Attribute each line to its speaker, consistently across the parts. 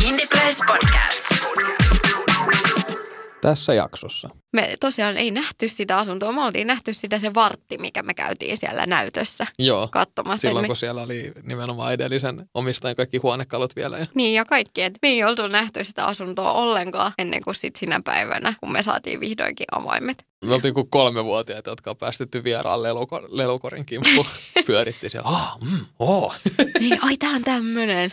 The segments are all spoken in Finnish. Speaker 1: Ilves Podcast.
Speaker 2: Tässä jaksossa.
Speaker 3: Me tosiaan ei nähty sitä asuntoa. Me oltiin nähty sitä se vartti, mikä me käytiin siellä näytössä
Speaker 2: Joo.
Speaker 3: katsomassa.
Speaker 2: Silloin
Speaker 3: Et me...
Speaker 2: kun siellä oli nimenomaan edellisen omistajan kaikki huonekalut vielä. Ja...
Speaker 3: Niin ja kaikki, että me ei oltu nähty sitä asuntoa ollenkaan ennen kuin sit sinä päivänä, kun me saatiin vihdoinkin avaimet.
Speaker 2: Me oltiin kuin kolmevuotiaita, jotka on päästetty vieraan leluko- lelukorin kimppuun. Pyörittiin siellä. Ah, mm, oh.
Speaker 3: niin, ai tää on tämmönen.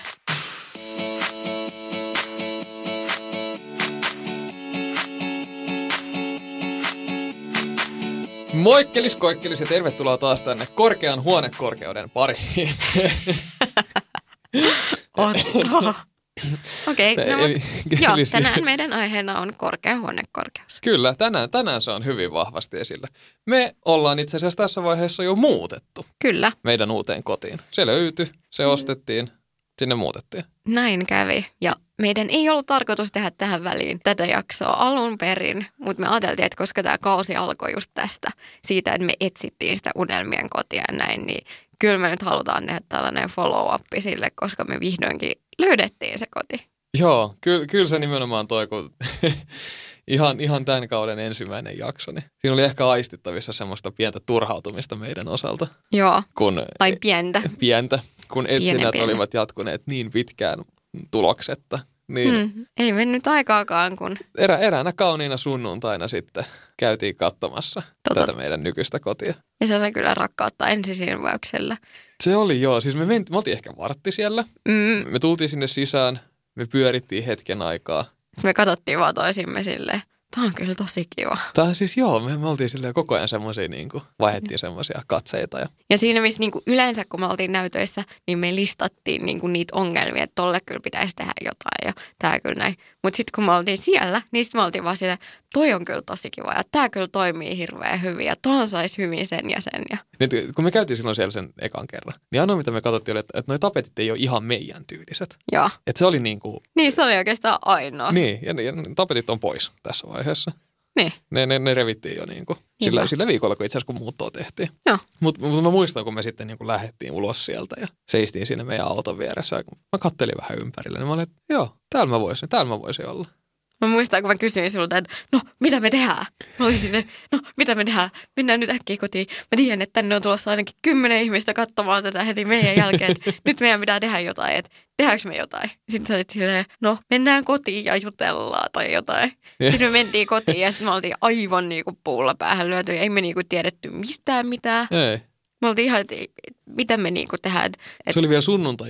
Speaker 2: Moikkelis, koikkelis ja tervetuloa taas tänne korkean huonekorkeuden pariin.
Speaker 3: Otto. Okei, okay, no, mut-
Speaker 2: Eli-
Speaker 3: joo,
Speaker 2: eli siis-
Speaker 3: tänään meidän aiheena on korkea huonekorkeus.
Speaker 2: Kyllä, tänään, tänään se on hyvin vahvasti esillä. Me ollaan itse asiassa tässä vaiheessa jo muutettu
Speaker 3: Kyllä,
Speaker 2: meidän uuteen kotiin. Se löytyi, se ostettiin, sinne muutettiin.
Speaker 3: näin kävi. Ja meidän ei ollut tarkoitus tehdä tähän väliin tätä jaksoa alun perin, mutta me ajateltiin, että koska tämä kausi alkoi just tästä, siitä, että me etsittiin sitä unelmien kotia ja näin, niin kyllä me nyt halutaan tehdä tällainen follow-up sille, koska me vihdoinkin löydettiin se koti.
Speaker 2: Joo, ky- kyllä se nimenomaan toi, kun ihan, ihan tämän kauden ensimmäinen jakso, niin siinä oli ehkä aistittavissa semmoista pientä turhautumista meidän osalta,
Speaker 3: Joo,
Speaker 2: kun
Speaker 3: tai pientä.
Speaker 2: pientä, kun etsinnät
Speaker 3: pienen.
Speaker 2: olivat jatkuneet niin pitkään tuloksetta. Niin hmm.
Speaker 3: Hmm, ei mennyt aikaakaan, kun
Speaker 2: erä, eräänä kauniina sunnuntaina sitten käytiin katsomassa
Speaker 3: Tota.
Speaker 2: tätä meidän nykyistä kotia.
Speaker 3: ja se oli kyllä rakkautta ensisilmäyksellä.
Speaker 2: Se oli joo, siis me, ment, me oltiin ehkä vartti siellä.
Speaker 3: Mm,
Speaker 2: Me tultiin sinne sisään, me pyörittiin hetken aikaa.
Speaker 3: Sitten me katsottiin vaan toisimme silleen, tämä on kyllä tosi kiva.
Speaker 2: Tää siis joo, me, me oltiin silleen koko ajan semmoisia, niin kuin, vaihdettiin semmoisia katseita. Ja,
Speaker 3: Ja siinä missä niin kuin yleensä, kun me oltiin näytöissä, niin me listattiin niin kuin niitä ongelmia, että tolle kyllä pitäisi tehdä jotain ja tämä kyllä näin. Mutta sitten kun me oltiin siellä, niin sitten me oltiin vaan silleen, toi on kyllä tosi kiva ja tämä kyllä toimii hirveän hyvin ja tohon saisi hyvin sen ja sen. Ja...
Speaker 2: nyt, kun me käytiin silloin siellä sen ekan kerran, niin ainoa mitä me katsottiin oli, että, että noi tapetit ei ole ihan meidän tyyliset.
Speaker 3: Joo,
Speaker 2: Että se oli niin kuin,
Speaker 3: niin se oli oikeastaan ainoa. Niin.
Speaker 2: niin, ja, ja tapetit on pois tässä vaiheessa.
Speaker 3: niin.
Speaker 2: Ne, ne, ne revittiin jo niin kuin, sillä,
Speaker 3: Niinpä.
Speaker 2: sillä viikolla, kun itse asiassa kun muuttoa tehtiin.
Speaker 3: Joo.
Speaker 2: Mutta mut mä muistan, kun me sitten niin kuin lähdettiin ulos sieltä ja seistiin siinä meidän auton vieressä. Ja kun mä kattelin vähän ympärillä, niin mä olin, että joo, täällä mä voisin, täällä mä voisin olla.
Speaker 3: Mä muistan, kun mä kysyin sulta, että no, mitä me tehdään? Mä olin silleen, no, mitä me tehdään? Mennään nyt äkkiä kotiin. Mä tiedän, että tänne on tulossa ainakin kymmenen ihmistä katsomaan tätä heti meidän jälkeen. Että nyt meidän pitää tehdä jotain, että tehdäänkö me jotain? Sitten sä olit silleen, no, mennään kotiin ja jutellaan tai jotain.
Speaker 2: Niin.
Speaker 3: Sitten me mentiin kotiin ja sitten me oltiin aivan niinku puulla päähän lyöty. Ei me niinku tiedetty mistään mitään.
Speaker 2: Ei.
Speaker 3: Me oltiin ihan, että mitä me niinku tehdään. Että,
Speaker 2: Se oli vielä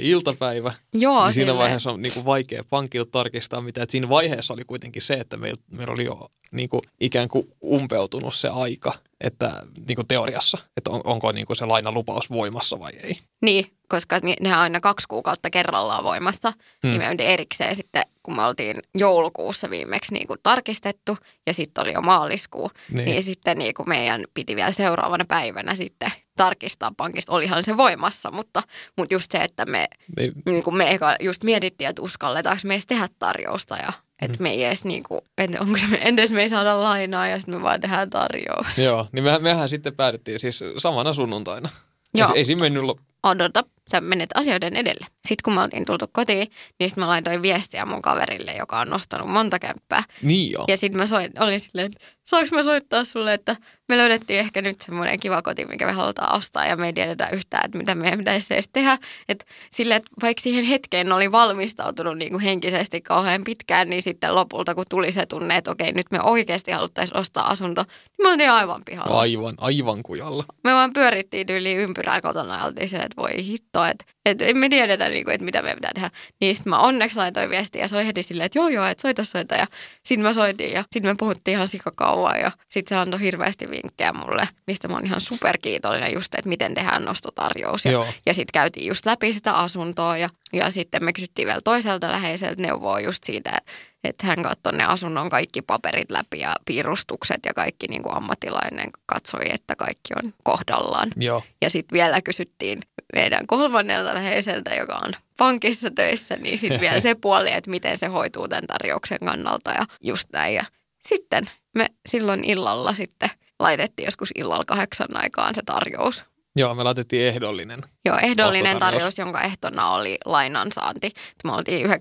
Speaker 2: sunnuntai-iltapäivä.
Speaker 3: joo,
Speaker 2: niin siinä
Speaker 3: silleen.
Speaker 2: vaiheessa on niin kuin vaikea pankilta tarkistaa mitä. Et siinä vaiheessa oli kuitenkin se, että meillä, meillä oli jo niin kuin ikään kuin umpeutunut se aika, että niin kuin teoriassa, että on, onko niin kuin se lainalupaus voimassa vai ei.
Speaker 3: Niin, koska ni- ne on aina kaksi kuukautta kerrallaan voimassa.
Speaker 2: Hmm.
Speaker 3: Hmm. Niin me oltiin erikseen sitten, kun me oltiin joulukuussa viimeksi niin kuin tarkistettu ja sitten oli jo maaliskuu.
Speaker 2: Niin.
Speaker 3: Niin, niin sitten niin kuin meidän piti vielä seuraavana päivänä sitten tarkistaa pankista. Olihan se voimassa, mutta, mutta just se, että me,
Speaker 2: Niin,
Speaker 3: niin kuin me eka just mietittiin, että uskalletaanko me edes tehdä tarjousta ja että me ei edes, niin kuin, että onko se, me, entäs me ei saada lainaa ja sitten me vaan tehdään tarjous.
Speaker 2: Joo, niin mehän, mehän sitten päädyttiin siis samana sunnuntaina. Joo.
Speaker 3: Joo.
Speaker 2: Ei, ei siinä mennyt lo-
Speaker 3: odota, sä menet asioiden edelle. Sitten kun me oltiin tultu kotiin, niin sitten mä laitoin viestiä mun kaverille, joka on nostanut monta kämppää.
Speaker 2: Niin joo.
Speaker 3: Ja sitten mä soit, olin silleen, että saanko mä soittaa sulle, että me löydettiin ehkä nyt semmoinen kiva koti, mikä me halutaan ostaa ja me ei tiedetä yhtään, että mitä meidän pitäisi edes tehdä. Et sille, että vaikka siihen hetkeen oli valmistautunut niin kuin henkisesti kauhean pitkään, niin sitten lopulta kun tuli se tunne, että okei nyt me oikeasti haluttaisiin ostaa asunto, niin me oltiin aivan pihalla.
Speaker 2: Aivan, aivan kujalla.
Speaker 3: Me vaan pyörittiin tyyliin ympyrää kotona ja oltiin siellä, että voi hittoa, että, että emme tiedetä, niin kuin, että mitä meidän pitää tehdä. Niin sitten mä onneksi laitoin viestiä ja se oli heti silleen, että joo joo, että soita soita. Ja sitten mä soitin ja sitten me puhuttiin ihan sikakauan ja sitten se antoi hirveästi vinkkejä mulle, mistä mä oon ihan superkiitollinen just, että miten tehdään nostotarjous. Ja,
Speaker 2: Joo.
Speaker 3: ja sitten käytiin just läpi sitä asuntoa ja, ja sitten me kysyttiin vielä toiselta läheiseltä neuvoa just siitä, että hän katsoi ne asunnon kaikki paperit läpi ja piirustukset ja kaikki niin kuin ammattilainen katsoi, että kaikki on kohdallaan.
Speaker 2: Joo.
Speaker 3: Ja sitten vielä kysyttiin meidän kolmannelta läheiseltä, joka on pankissa töissä, niin sitten vielä se puoli, että miten se hoituu tämän tarjouksen kannalta ja just näin. Ja sitten me silloin illalla sitten laitettiin joskus illalla kahdeksan aikaan se tarjous.
Speaker 2: Joo, me laitettiin ehdollinen.
Speaker 3: Joo, ehdollinen
Speaker 2: Vastatarjous.
Speaker 3: tarjous, jonka ehtona oli lainansaanti. Me oltiin 99,9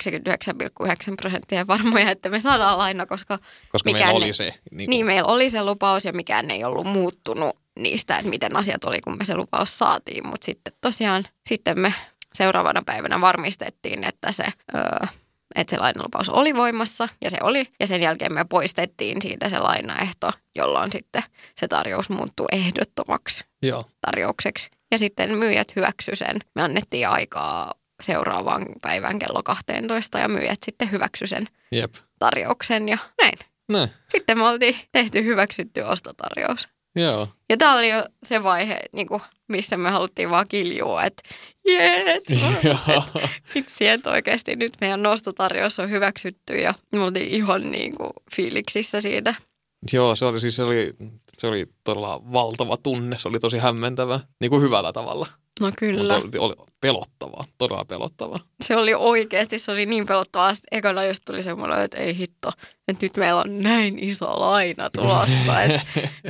Speaker 3: prosenttia varmoja, että me saadaan laina, koska
Speaker 2: Koska
Speaker 3: Mikään
Speaker 2: meillä
Speaker 3: ei-
Speaker 2: oli se. Niin,
Speaker 3: niin meillä oli se lupaus ja mikään ei ollut muuttunut niistä, että miten asiat oli, kun me se lupaus saatiin. Mutta sitten tosiaan sitten me seuraavana päivänä varmistettiin, että se, öö, että se lainalupaus oli voimassa ja se oli. Ja sen jälkeen me poistettiin siitä se lainaehto, jolloin sitten se tarjous muuttui ehdottomaksi
Speaker 2: Joo,
Speaker 3: tarjoukseksi. Ja sitten myyjät hyväksy sen. Me annettiin aikaa seuraavaan päivään kello 12 ja myyjät sitten hyväksy sen
Speaker 2: jep.
Speaker 3: tarjouksen ja näin.
Speaker 2: Näin,
Speaker 3: Sitten me oltiin tehty hyväksytty ostotarjous.
Speaker 2: joo.
Speaker 3: Ja tämä oli jo se vaihe, niin kuin, missä me haluttiin vaan kiljua, että jeet,
Speaker 2: Joo.
Speaker 3: vitsi, että oikeasti nyt meidän nostotarjous on hyväksytty ja me oltiin ihan niin kuin, fiiliksissä siitä.
Speaker 2: Joo, se oli siis se oli, se oli todella valtava tunne. Se oli tosi hämmentävä, niin kuin hyvällä tavalla.
Speaker 3: No kyllä.
Speaker 2: Mutta oli, oli pelottavaa, todella pelottavaa.
Speaker 3: se oli oikeasti, se oli niin pelottavaa. Sitten ekana just tuli semmoinen, että ei hitto, että nyt meillä on näin iso laina tulossa, että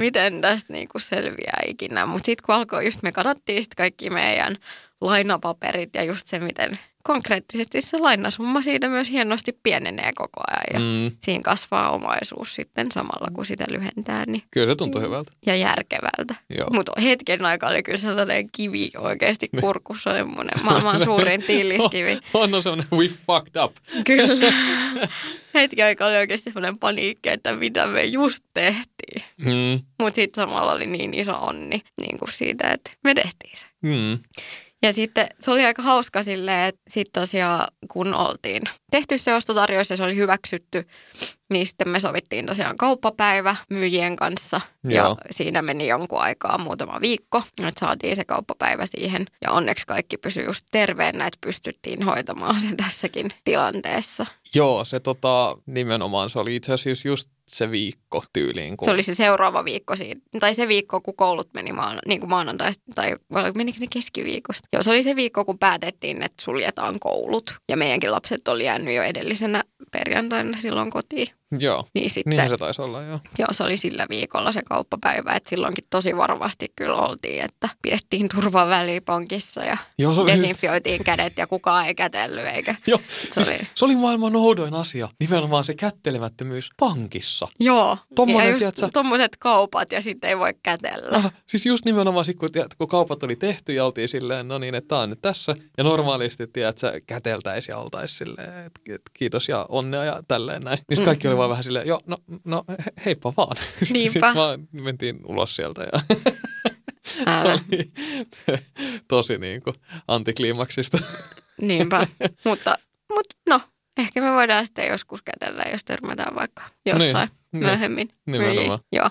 Speaker 3: miten tästä niinku selviää ikinä. Mutta sitten kun alkoi, just me katsottiin sit kaikki meidän lainapaperit ja just se, miten konkreettisesti se lainasumma siitä myös hienosti pienenee koko ajan. Ja mm.
Speaker 2: Mm,
Speaker 3: siinä kasvaa omaisuus sitten samalla, kun sitä lyhentää niin,
Speaker 2: kyllä se tuntui hyvältä.
Speaker 3: ja järkevältä.
Speaker 2: Joo.
Speaker 3: Mutta hetken aikaa oli kyllä sellainen kivi oikeasti kurkussa, semmoinen maailman suurin tiiliskivi.
Speaker 2: On, on semmoinen we fucked up.
Speaker 3: Kyllä. Hetki aikaa oli oikeasti semmoinen paniikki, että mitä me just tehtiin.
Speaker 2: Mm,
Speaker 3: Mutta sitten samalla oli niin iso onni niin kuin siitä, että me tehtiin se.
Speaker 2: mm,
Speaker 3: Ja sitten se oli aika hauska silleen, että sitten tosiaan kun oltiin tehty se ostotarjous ja se oli hyväksytty, niin sitten me sovittiin tosiaan kauppapäivä myyjien kanssa. Ja
Speaker 2: Joo.
Speaker 3: siinä meni jonkun aikaa, muutama viikko, että saatiin se kauppapäivä siihen. Ja onneksi kaikki pysyi just terveenä, että pystyttiin hoitamaan se tässäkin tilanteessa.
Speaker 2: Joo, se tota, nimenomaan se oli itse asiassa just se viikko tyyliin. Kun...
Speaker 3: Se oli se seuraava viikko siitä, tai se viikko, kun koulut meni maana, niin kuin maanantaista, tai vai oliko- menikö ne keskiviikosta? Joo, se oli se viikko, kun päätettiin, että suljetaan koulut. Ja meidänkin lapset oli jäänyt jo edellisenä perjantaina silloin kotiin.
Speaker 2: Joo,
Speaker 3: Niin sitten,
Speaker 2: niinhän se taisi olla, joo.
Speaker 3: joo, se oli sillä viikolla se kauppapäivä, että silloinkin tosi varovasti kyllä oltiin, että pidettiin turva välipankissa ja
Speaker 2: Joo, se oli, siis,
Speaker 3: desinfioitiin kädet ja kukaan ei kätellyt eikä.
Speaker 2: joo,
Speaker 3: Se
Speaker 2: siis,
Speaker 3: oli,
Speaker 2: se oli maailman oudoin asia, nimenomaan se kättelemättömyys pankissa.
Speaker 3: joo,
Speaker 2: Tommonen,
Speaker 3: ja just
Speaker 2: tiedätkö-
Speaker 3: tommoset kaupat ja sitten ei voi kätellä.
Speaker 2: Ah, siis just nimenomaan sit, kun, tiedät, kun kaupat oli tehty ja oltiin silleen, no niin, että tämä on nyt tässä. Ja normaalisti, tiedät, sä käteltäisiin ja oltaisiin silleen, että et, kiitos ja onnea ja tälleen näin. Niin sit kaikki oli vaan vähän silleen, joo, no, no he- heippa vaan. Sitten sit
Speaker 3: Niinpä.
Speaker 2: vaan mentiin ulos sieltä ja
Speaker 3: Älä.
Speaker 2: oli tosi niin kuin antikliimaksista.
Speaker 3: Niinpä, mutta, mutta no, ehkä me voidaan sitten joskus kätellä, jos törmätään vaikka jossain
Speaker 2: Niin,
Speaker 3: niin, myöhemmin.
Speaker 2: niin,
Speaker 3: myyjiin.
Speaker 2: nimenomaan.
Speaker 3: Joo.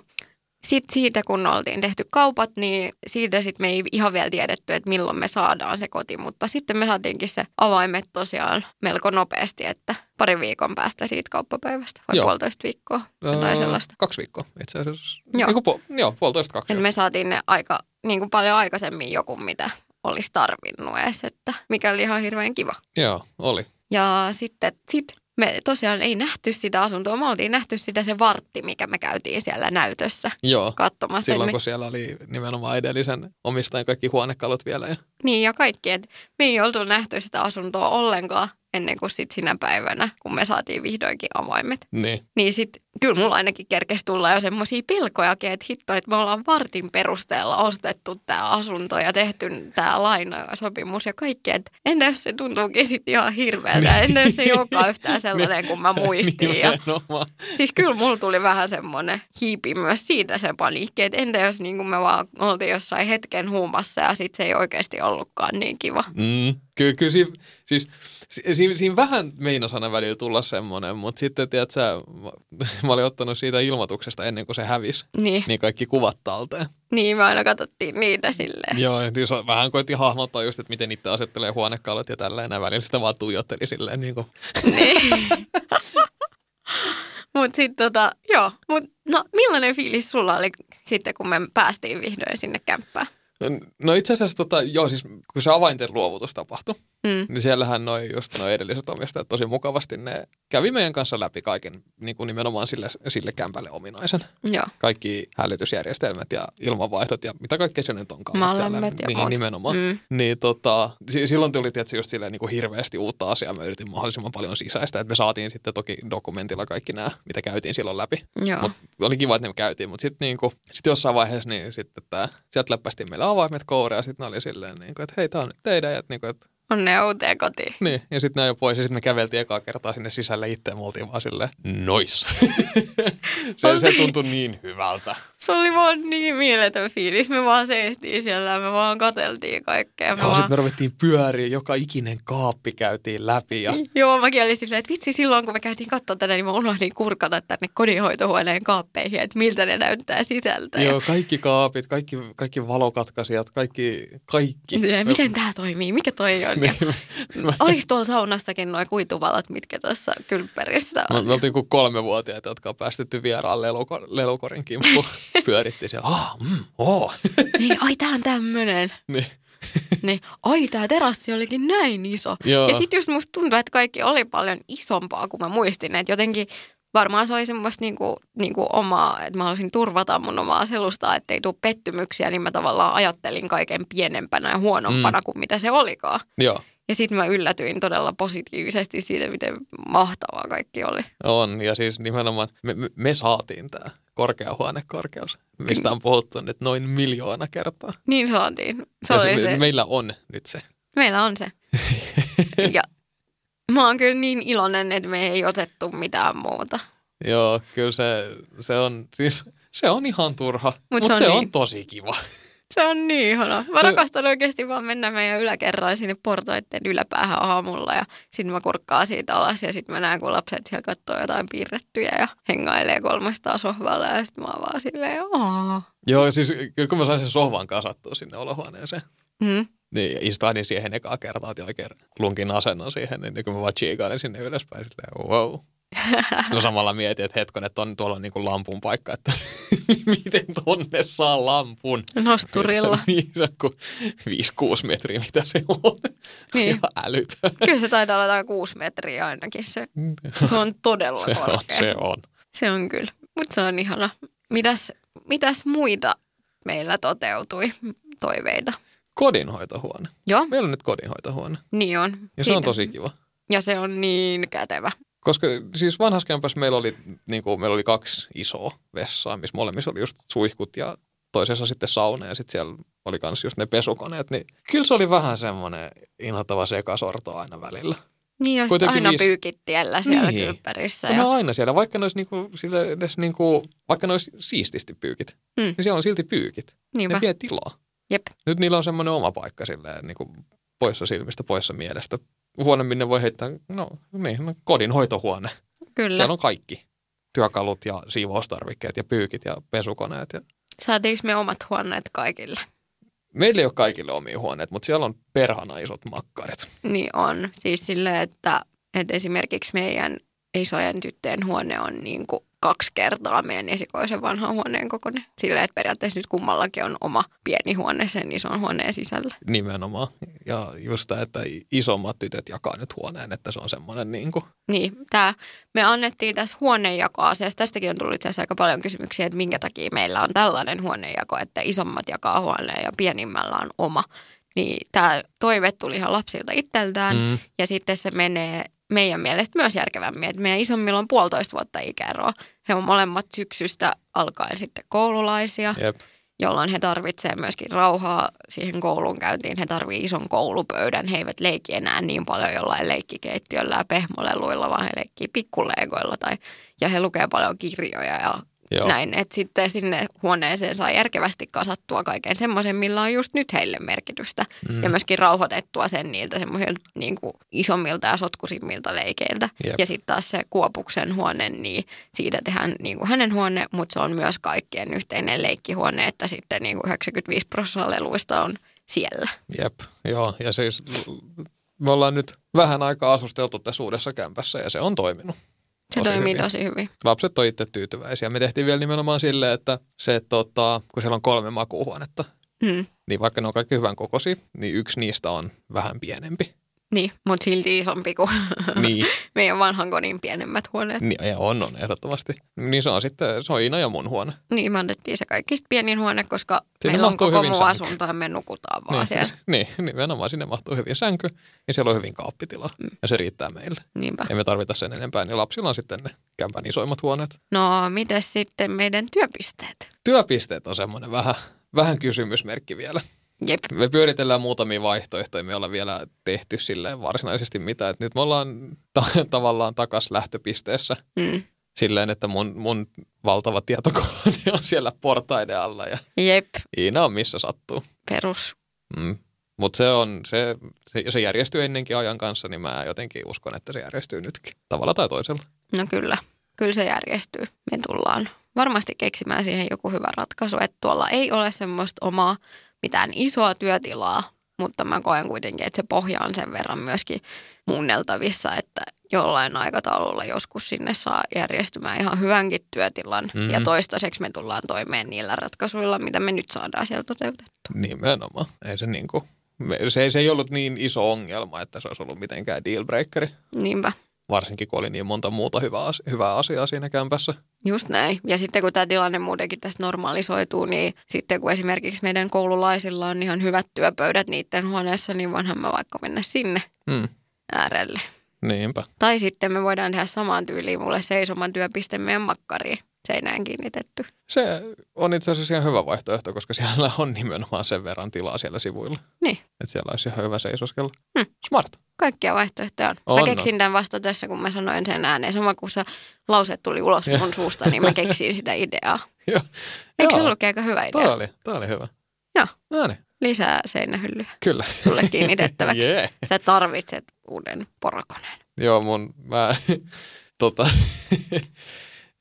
Speaker 3: Sitten siitä, kun oltiin tehty kaupat, niin siitä sitten me ei ihan vielä tiedetty, että milloin me saadaan se koti, mutta sitten me saatiinkin se avaimet tosiaan melko nopeasti, että pari viikon päästä siitä kauppapäivästä, vai
Speaker 2: Joo.
Speaker 3: Joo. puolitoista viikkoa,
Speaker 2: Öö,
Speaker 3: jotain sellaista.
Speaker 2: Kaksi viikkoa itse asiassa.
Speaker 3: Joo.
Speaker 2: Joo. Eiku, puol- joo, puolitoista kaksi.
Speaker 3: Et
Speaker 2: joo.
Speaker 3: me saatiin ne aika, niin kuin paljon aikaisemmin joku, mitä olisi tarvinnut edes, että mikä oli ihan hirveän kiva.
Speaker 2: Joo, oli.
Speaker 3: Ja sitten sit me tosiaan ei nähty sitä asuntoa. Me oltiin nähty sitä se vartti, mikä me käytiin siellä näytössä
Speaker 2: Joo.
Speaker 3: katsomassa.
Speaker 2: Silloin,
Speaker 3: Et me,
Speaker 2: kun siellä oli nimenomaan edellisen omistajan kaikki huonekalut vielä. Ja...
Speaker 3: Niin ja kaikki. Et me ei oltu nähty sitä asuntoa ollenkaan ennen kuin sit sinä päivänä, kun me saatiin vihdoinkin avaimet.
Speaker 2: Niin.
Speaker 3: Niin sitten kyllä mulla ainakin kerkesi tulla jo semmoisia pelkojakin, että hitto, että me ollaan vartin perusteella ostettu tämä asunto ja tehty tämä lainasopimus ja kaikki. Et entä jos se tuntuukin sitten ihan hirveältä? Entä jos se ei olekaan yhtään sellainen kuin mä
Speaker 2: Niin.
Speaker 3: muistin? Ja
Speaker 2: Nimenomaan.
Speaker 3: Siis kyllä mulla tuli vähän semmoinen hiipi myös siitä se paniikki, että entä jos niin me vaan oltiin jossain hetken huumassa ja sitten se ei oikeasti ollutkaan niin kiva.
Speaker 2: Mm, kyllä, kyllä siinä, siis, si- siinä, siinä vähän meinas aina välillä tulla semmoinen, mutta sitten tiedät sä, mä, mä olin ottanut siitä ilmoituksesta ennen kuin se hävisi,
Speaker 3: Niin,
Speaker 2: niin kaikki kuvat talteen.
Speaker 3: niin me aina katsottiin niitä silleen.
Speaker 2: Joo, ja jos vähän koitin hahmottaa just, että miten itse asettelee huonekalut ja tälleen, ja välillä sitä vaan tuijotteli silleen niin kuin, Niin.
Speaker 3: Mutta sitten tota, joo. Mut, no millainen fiilis sulla oli sitten, kun me päästiin vihdoin sinne kämppään?
Speaker 2: No itse asiassa, tota, joo, siis kun se avainten luovutus tapahtui,
Speaker 3: Mm.
Speaker 2: niin siellähän noi, just noi edelliset omistajat tosi mukavasti, ne kävi meidän kanssa läpi kaiken niin kuin nimenomaan sille, sille kämpälle ominaisen.
Speaker 3: Joo.
Speaker 2: Kaikki hälytysjärjestelmät ja ilmanvaihdot ja mitä kaikkea se nyt onkaan.
Speaker 3: Mallemmet
Speaker 2: Täällä-
Speaker 3: ja
Speaker 2: Niin,
Speaker 3: muut.
Speaker 2: nimenomaan.
Speaker 3: Mm.
Speaker 2: Niin tota, si- silloin tuli tietysti just silleen niin kuin hirveästi uutta asiaa. Me yritin mahdollisimman paljon sisäistä, että me saatiin sitten toki dokumentilla kaikki nämä, mitä käytiin silloin läpi.
Speaker 3: Joo.
Speaker 2: Mut oli kiva, että ne käytiin, mutta sitten niinku, sit jossain vaiheessa niin sitten tää, sieltä läppästiin meillä avaimet kouria ja sitten ne oli silleen, niinku, että hei, tämä on nyt teidän. Ja, niinku, et,
Speaker 3: Onnea uuteen kotiin.
Speaker 2: niin. ja sitten ne ajoi pois ja sitten me käveltiin ekaa kertaa sinne sisälle itse ja me oltiin vaan silleen, nois. se, se
Speaker 3: Oltiin.
Speaker 2: tuntui niin hyvältä.
Speaker 3: Se oli vaan niin mieletön fiilis. Me vaan seistiin siellä ja me vaan katseltiin kaikkea. Me
Speaker 2: Joo,
Speaker 3: vaan...
Speaker 2: sitten me ruvettiin pyöriä, joka ikinen kaappi käytiin läpi ja
Speaker 3: Joo, mäkin olin silleen, että vitsi silloin kun me käytiin katsoa tätä, niin mä unohdin kurkata tänne kodinhoitohuoneen kaappeihin, että miltä ne näyttää sisältä.
Speaker 2: Joo, kaikki kaapit, kaikki, kaikki valokatkaisijat, kaikki, kaikki.
Speaker 3: Ja, miten tämä toimii? Mikä toi on?
Speaker 2: Me, me,
Speaker 3: Oliko tuolla saunassakin nuo kuituvalot, mitkä tuossa kylppärissä
Speaker 2: me,
Speaker 3: on?
Speaker 2: me oltiin kuin kolmevuotiaita, jotka on päästetty vieraan lelukor, lelukorin kimppuun. Pyörittiin siellä, ah, mm, oo.
Speaker 3: Niin, ai tää on tämmönen.
Speaker 2: Niin,
Speaker 3: Niin, ai tää terassi olikin näin iso.
Speaker 2: Joo.
Speaker 3: Ja sitten just musta tuntuu, että kaikki oli paljon isompaa kuin mä muistin. Että jotenkin varmaan se oli semmoista niinku, niinku omaa, että mä halusin turvata mun omaa selustaa, ettei tule pettymyksiä. Niin mä tavallaan ajattelin kaiken pienempänä ja huonompana mm. kuin mitä se olikaan.
Speaker 2: joo,
Speaker 3: Ja sitten mä yllätyin todella positiivisesti siitä, miten mahtavaa kaikki oli.
Speaker 2: on. Ja siis nimenomaan me, me, me saatiin tämä korkea huonekorkeus,
Speaker 3: Mm.
Speaker 2: mistä on puhuttu nyt noin miljoona kertaa.
Speaker 3: Niin saatiin. Se
Speaker 2: Ja
Speaker 3: oli se.
Speaker 2: me, meillä on nyt se.
Speaker 3: Meillä on se. ja mä oon kyllä niin iloinen, että me ei otettu mitään muuta.
Speaker 2: Joo, kyllä se, se on, siis se on ihan turha, mutta
Speaker 3: se
Speaker 2: mut
Speaker 3: on
Speaker 2: se on
Speaker 3: niin.
Speaker 2: tosi kiva.
Speaker 3: Se on niin ihana. Mä
Speaker 2: No.
Speaker 3: rakastan oikeasti vaan mennä meidän yläkerraan sinne portaiden yläpäähän aamulla ja sitten mä kurkkaan siitä alas ja sitten mä näen, kun lapset siellä katsoo jotain piirrettyjä ja hengailee kolmesta sohvalla ja sitten mä oon vaan silleen, "Aa."
Speaker 2: Joo, siis kyllä kun mä sain sen sohvan kasattua sinne olahuoneeseen,
Speaker 3: mm.
Speaker 2: niin istahdin siihen ekaa kertaa, otin oikein lunkin asennon siihen, niin kun mä vaan chiikailin sinne ylöspäin, silleen wow. Sitten mä samalla mietin, että hetkon, että on tuolla niin kuin lampun paikka, että miten tonne saa lampun.
Speaker 3: Nosturilla.
Speaker 2: Niin se on kuin 5-6 metriä, mitä se on.
Speaker 3: Niin.
Speaker 2: Ihan älytön.
Speaker 3: Kyllä se taitaa olla jotain kuusi metriä ainakin. Se, se on todella
Speaker 2: Se on,
Speaker 3: korkea.
Speaker 2: se on.
Speaker 3: Se on kyllä, mutta se on ihana. Mitäs, mitäs muita meillä toteutui toiveita?
Speaker 2: Kodinhoitohuone.
Speaker 3: Joo,
Speaker 2: Meillä on nyt kodinhoitohuone.
Speaker 3: niin on.
Speaker 2: Ja se
Speaker 3: Siitä-
Speaker 2: on tosi kiva.
Speaker 3: Ja se on niin kätevä.
Speaker 2: Koska siis vanhassa kämpässä meillä oli, niin kuin, meillä oli kaksi isoa vessaa, missä molemmissa oli just suihkut ja toisessa sitten sauna ja sitten siellä oli myös just ne pesukoneet, niin kyllä se oli vähän semmoinen inhottava sekasorto aina välillä.
Speaker 3: Niin ja sit
Speaker 2: Kuitenkin
Speaker 3: aina
Speaker 2: niissä-
Speaker 3: pyykittiellä siellä
Speaker 2: Niin.
Speaker 3: niin. kylppärissä.
Speaker 2: Ne
Speaker 3: Ja...
Speaker 2: on aina siellä, vaikka ne olisi, niinku, sille edes niinku, vaikka ne olisi siististi pyykit,
Speaker 3: Mm.
Speaker 2: niin siellä on silti pyykit.
Speaker 3: Niinpä,
Speaker 2: Ne vie tilaa.
Speaker 3: jep.
Speaker 2: Nyt niillä on semmoinen oma paikka silleen, niinku, poissa silmistä, poissa mielestä. Huonommin ne voi heittää, no niin, no, kodin hoitohuone.
Speaker 3: Kyllä.
Speaker 2: Siellä on kaikki. Työkalut ja siivoustarvikkeet ja pyykit ja pesukoneet. Ja...
Speaker 3: Saatiinko me omat huoneet kaikille?
Speaker 2: Meillä ei ole kaikille omia huoneet, mutta siellä on perhana isot makkarit.
Speaker 3: Niin on. Siis silleen, että, että esimerkiksi meidän isojen tyttöjen huone on niin kuin kaksi kertaa meidän esikoisen vanhan huoneen kokoinen. Silleen, että periaatteessa nyt kummallakin on oma pieni huone sen ison huoneen sisällä.
Speaker 2: Nimenomaan. Ja just tämä, että isommat tytöt jakaa nyt huoneen, että se on semmoinen niin kuin...
Speaker 3: Niin, tää, me annettiin tässä huoneenjakoasiassa, tästäkin on tullut itse asiassa aika paljon kysymyksiä, että minkä takia meillä on tällainen huoneenjako, että isommat jakaa huoneen ja pienimmällä on oma. Niin tämä toive tuli ihan lapsilta itseltään
Speaker 2: Mm.
Speaker 3: mm. ja sitten se menee meidän mielestä myös järkevämmin, että meidän isommilla on puolitoista vuotta ikäeroa. He on molemmat syksystä alkaen sitten koululaisia
Speaker 2: Jep.
Speaker 3: jolloin he tarvitsevat myöskin rauhaa siihen koulunkäyntiin. He tarvitsevat ison koulupöydän. He eivät leiki enää niin paljon jollain leikkikeittiöllä ja pehmoleluilla, vaan he leikkii pikkuleikoilla. Tai, ja he lukee paljon kirjoja ja
Speaker 2: Joo.
Speaker 3: Joo. näin. Et sitten sinne huoneeseen saa järkevästi kasattua kaiken semmoisen, millä on just nyt heille merkitystä. Mm. Ja myöskin rauhoitettua sen niiltä semmoisilta niin isommilta ja sotkusimmilta leikeiltä.
Speaker 2: Jep.
Speaker 3: Ja sitten taas se Kuopuksen huone, niin siitä tehdään niin kuin hänen huone, mutta se on myös kaikkien yhteinen leikkihuone, että sitten niin kuin 95 prosenttia leluista on siellä.
Speaker 2: Jep. Joo. Ja siis me ollaan nyt vähän aikaa asusteltu tässä uudessa kämpässä ja se on toiminut.
Speaker 3: Se
Speaker 2: Tosi
Speaker 3: tosi toimii
Speaker 2: hyvin.
Speaker 3: hyvin. tosi hyvin.
Speaker 2: Lapset on itse tyytyväisiä. Me tehtiin vielä nimenomaan silleen, että se, tota, kun siellä on kolme makuuhuonetta,
Speaker 3: Hmm.
Speaker 2: niin vaikka ne on kaikki hyvän kokoisia, niin yksi niistä on vähän pienempi.
Speaker 3: Niin, mutta silti isompi kuin
Speaker 2: Niin,
Speaker 3: meidän vanhan kodin pienemmät huoneet.
Speaker 2: niin ja on, on ehdottomasti. Niin se on sitten, se on Iina ja mun huone.
Speaker 3: Niin, me annettiin se kaikista pienin huone, koska
Speaker 2: Sinne
Speaker 3: meillä on
Speaker 2: mahtuu
Speaker 3: koko
Speaker 2: hyvin
Speaker 3: muu
Speaker 2: sänky.
Speaker 3: asunto ja me nukutaan vaan
Speaker 2: Niin,
Speaker 3: siellä.
Speaker 2: niin, nimenomaan sinne mahtuu hyvin sänky ja siellä on hyvin kaappitila ja se riittää meille.
Speaker 3: Niinpä.
Speaker 2: Ei me tarvita sen enempää, niin lapsilla on sitten ne kämpän isoimmat huoneet.
Speaker 3: No, mites sitten meidän työpisteet?
Speaker 2: Työpisteet on semmoinen vähän, vähän kysymysmerkki vielä.
Speaker 3: Jep.
Speaker 2: Me pyöritellään muutamia vaihtoehtoja, me ollaan vielä tehty silleen varsinaisesti mitään. Et nyt me ollaan ta- tavallaan takas lähtöpisteessä
Speaker 3: Mm.
Speaker 2: silleen, että mun, mun valtava tietokone on siellä portaiden alla ja
Speaker 3: Jep,
Speaker 2: Iina on missä sattuu.
Speaker 3: perus.
Speaker 2: Mm. Mutta se, on, se, se, se järjestyy ennenkin ajan kanssa, niin mä jotenkin uskon, että se järjestyy nytkin. Tavalla tai toisella.
Speaker 3: No kyllä, kyllä se järjestyy. Me tullaan varmasti keksimään siihen joku hyvä ratkaisu, että tuolla ei ole semmoista omaa mitään isoa työtilaa, mutta mä koen kuitenkin, että se pohja on sen verran myöskin muunneltavissa, että jollain aikataululla joskus sinne saa järjestymään ihan hyvänkin työtilan. Mm-hmm. Ja
Speaker 2: Mhm.
Speaker 3: toistaiseksi me tullaan toimeen niillä ratkaisuilla, mitä me nyt saadaan siellä toteutettua.
Speaker 2: Nimenomaan. Ei se, niinku, me- se, ei- se ei ollut niin iso ongelma, että se olisi ollut mitenkään dealbreakeri.
Speaker 3: Niinpä.
Speaker 2: Varsinkin kun oli niin monta muuta hyvää, as- hyvää asiaa siinä kämpässä.
Speaker 3: Just näin. Ja sitten kun tämä tilanne muutenkin tästä normalisoituu, niin sitten kun esimerkiksi meidän koululaisilla on ihan hyvät työpöydät niiden huoneessa, niin voinhan mä vaikka mennä sinne
Speaker 2: Mm.
Speaker 3: äärelle.
Speaker 2: Niinpä.
Speaker 3: Tai sitten me voidaan tehdä samaan tyyliin mulle seisoman työpiste meidän makkariin seinään kiinnitetty.
Speaker 2: Se on itse asiassa ihan hyvä vaihtoehto, koska siellä on nimenomaan sen verran tilaa siellä sivuilla.
Speaker 3: Niin,
Speaker 2: Että siellä olisi ihan hyvä seisoskella.
Speaker 3: Hmm.
Speaker 2: Smart.
Speaker 3: kaikkia vaihtoehtoja on.
Speaker 2: On,
Speaker 3: Mä
Speaker 2: on.
Speaker 3: keksin tämän vasta tässä, kun mä sanoin sen ääneen. Sama kuin se lause tuli ulos mun suusta, niin mä keksin sitä ideaa.
Speaker 2: Joo.
Speaker 3: Eikö se
Speaker 2: Joo.
Speaker 3: ollutkin aika hyvä
Speaker 2: Tämä
Speaker 3: idea?
Speaker 2: oli, tämä oli hyvä.
Speaker 3: Joo.
Speaker 2: No niin,
Speaker 3: Lisää seinähyllyä
Speaker 2: kyllä.
Speaker 3: sulle kiinnitettäväksi.
Speaker 2: Jee.
Speaker 3: Sä tarvitset uuden porokoneen.
Speaker 2: Joo, mun mä, tota,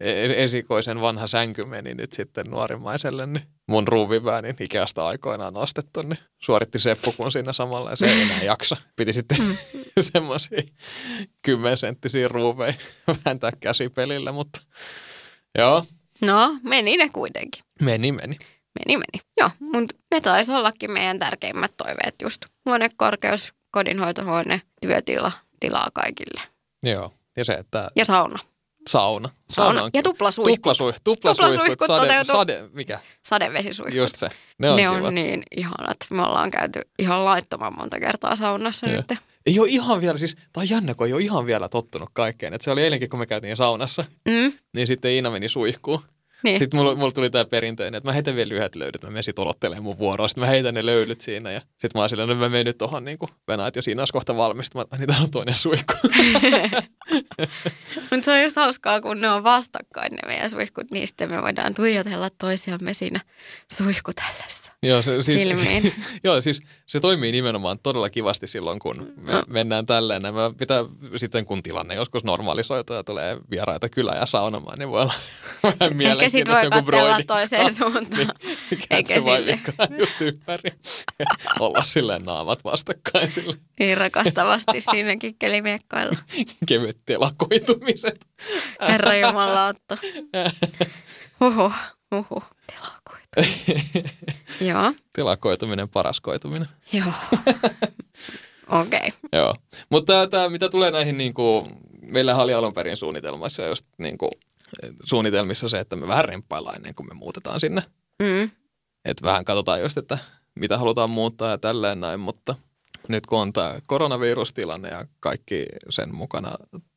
Speaker 2: e- esikoisen vanha sänky meni nyt sitten nuorimmaiselle, niin mun ruuvipää niin Ikeasta aikoinaan ostettu, niin suoritti Seppu kun siinä samalla ja se ei enää jaksa. Piti sitten
Speaker 3: Mm.
Speaker 2: semmoisia kymmensenttisiä ruuveja vääntää käsipelillä, mutta joo,
Speaker 3: No, meni ne kuitenkin.
Speaker 2: meni meni.
Speaker 3: Meni, meni. Joo, mutta ne taisi ollakin meidän tärkeimmät toiveet just. Huonekorkeus, kodinhoitohuone, työtila, tilaa kaikille.
Speaker 2: Joo, ja se, että
Speaker 3: Ja sauna.
Speaker 2: sauna.
Speaker 3: Sauna
Speaker 2: on
Speaker 3: ja tuplasuihkut.
Speaker 2: Tuplasuihkut, tuplasuihkut,
Speaker 3: Tuplasuihkut
Speaker 2: sade,
Speaker 3: toteutuu.
Speaker 2: sade, mikä?
Speaker 3: Sadevesisuihkut.
Speaker 2: Just se. Ne
Speaker 3: ne
Speaker 2: on,
Speaker 3: on, ne
Speaker 2: kivat.
Speaker 3: on niin ihanat. Me ollaan käyty ihan laittoman monta kertaa saunassa
Speaker 2: Joo.
Speaker 3: nyt.
Speaker 2: Ei ole ihan vielä, siis, tai jännä, kun ei ole ihan vielä tottunut kaikkeen. Et se oli eilenkin, kun me käytiin saunassa,
Speaker 3: Mm,
Speaker 2: niin sitten Iina meni suihkuun.
Speaker 3: niin.
Speaker 2: Sitten mulla, mulla tuli tämä perinteinen, että mä heitän vielä yhdet löydyt, mä menen sit odottelemaan mun vuoroa, sitten mä heitän ne löydyt siinä ja sitten mä oon silleen, että mä menen nyt tohon niin kuin Venäjä, että jos Iina olisi kohta valmis, mä niin täällä on toinen suihku.
Speaker 3: Mutta se on just hauskaa, kun ne on vastakkain ne meidän suihkut, niin sitten me voidaan tuijotella toisiamme siinä suihkutellessa.
Speaker 2: joo, se, siis,
Speaker 3: Silmiin.
Speaker 2: joo, siis se toimii nimenomaan todella kivasti silloin, kun me
Speaker 3: No.
Speaker 2: mennään tälleen. Nämä pitää sitten, kun tilanne joskus normalisoituu ja tulee vieraita kylään ja saunomaan, niin voi olla vähän
Speaker 3: Ehkä sit
Speaker 2: mielenkiintoista
Speaker 3: voi
Speaker 2: joku
Speaker 3: katsella
Speaker 2: broidi.
Speaker 3: toiseen suuntaan.
Speaker 2: Niin,
Speaker 3: Eikä
Speaker 2: Eikä vain
Speaker 3: sille.
Speaker 2: vikaa just ympäri. Olla silleen naamat vastakkain sille
Speaker 3: Niin rakastavasti siinä kikkelimiekkailla.
Speaker 2: kevyt telakoitumiset.
Speaker 3: Herra Jumala Otto. Huhu, huhu, telakoitu. Joo,
Speaker 2: Telakoituminen, paras koituminen.
Speaker 3: joo. Okei, okay.
Speaker 2: Joo. Mutta tämä, mitä tulee näihin, niin kuin, meillä oli alun perin suunnitelmassa just niin kuin, suunnitelmissa se, että me vähän remppaillaan ennen kuin me muutetaan sinne.
Speaker 3: mm,
Speaker 2: Et vähän katsotaan just, että mitä halutaan muuttaa ja tälleen näin, mutta nyt kun on tämä koronavirustilanne ja kaikki sen mukana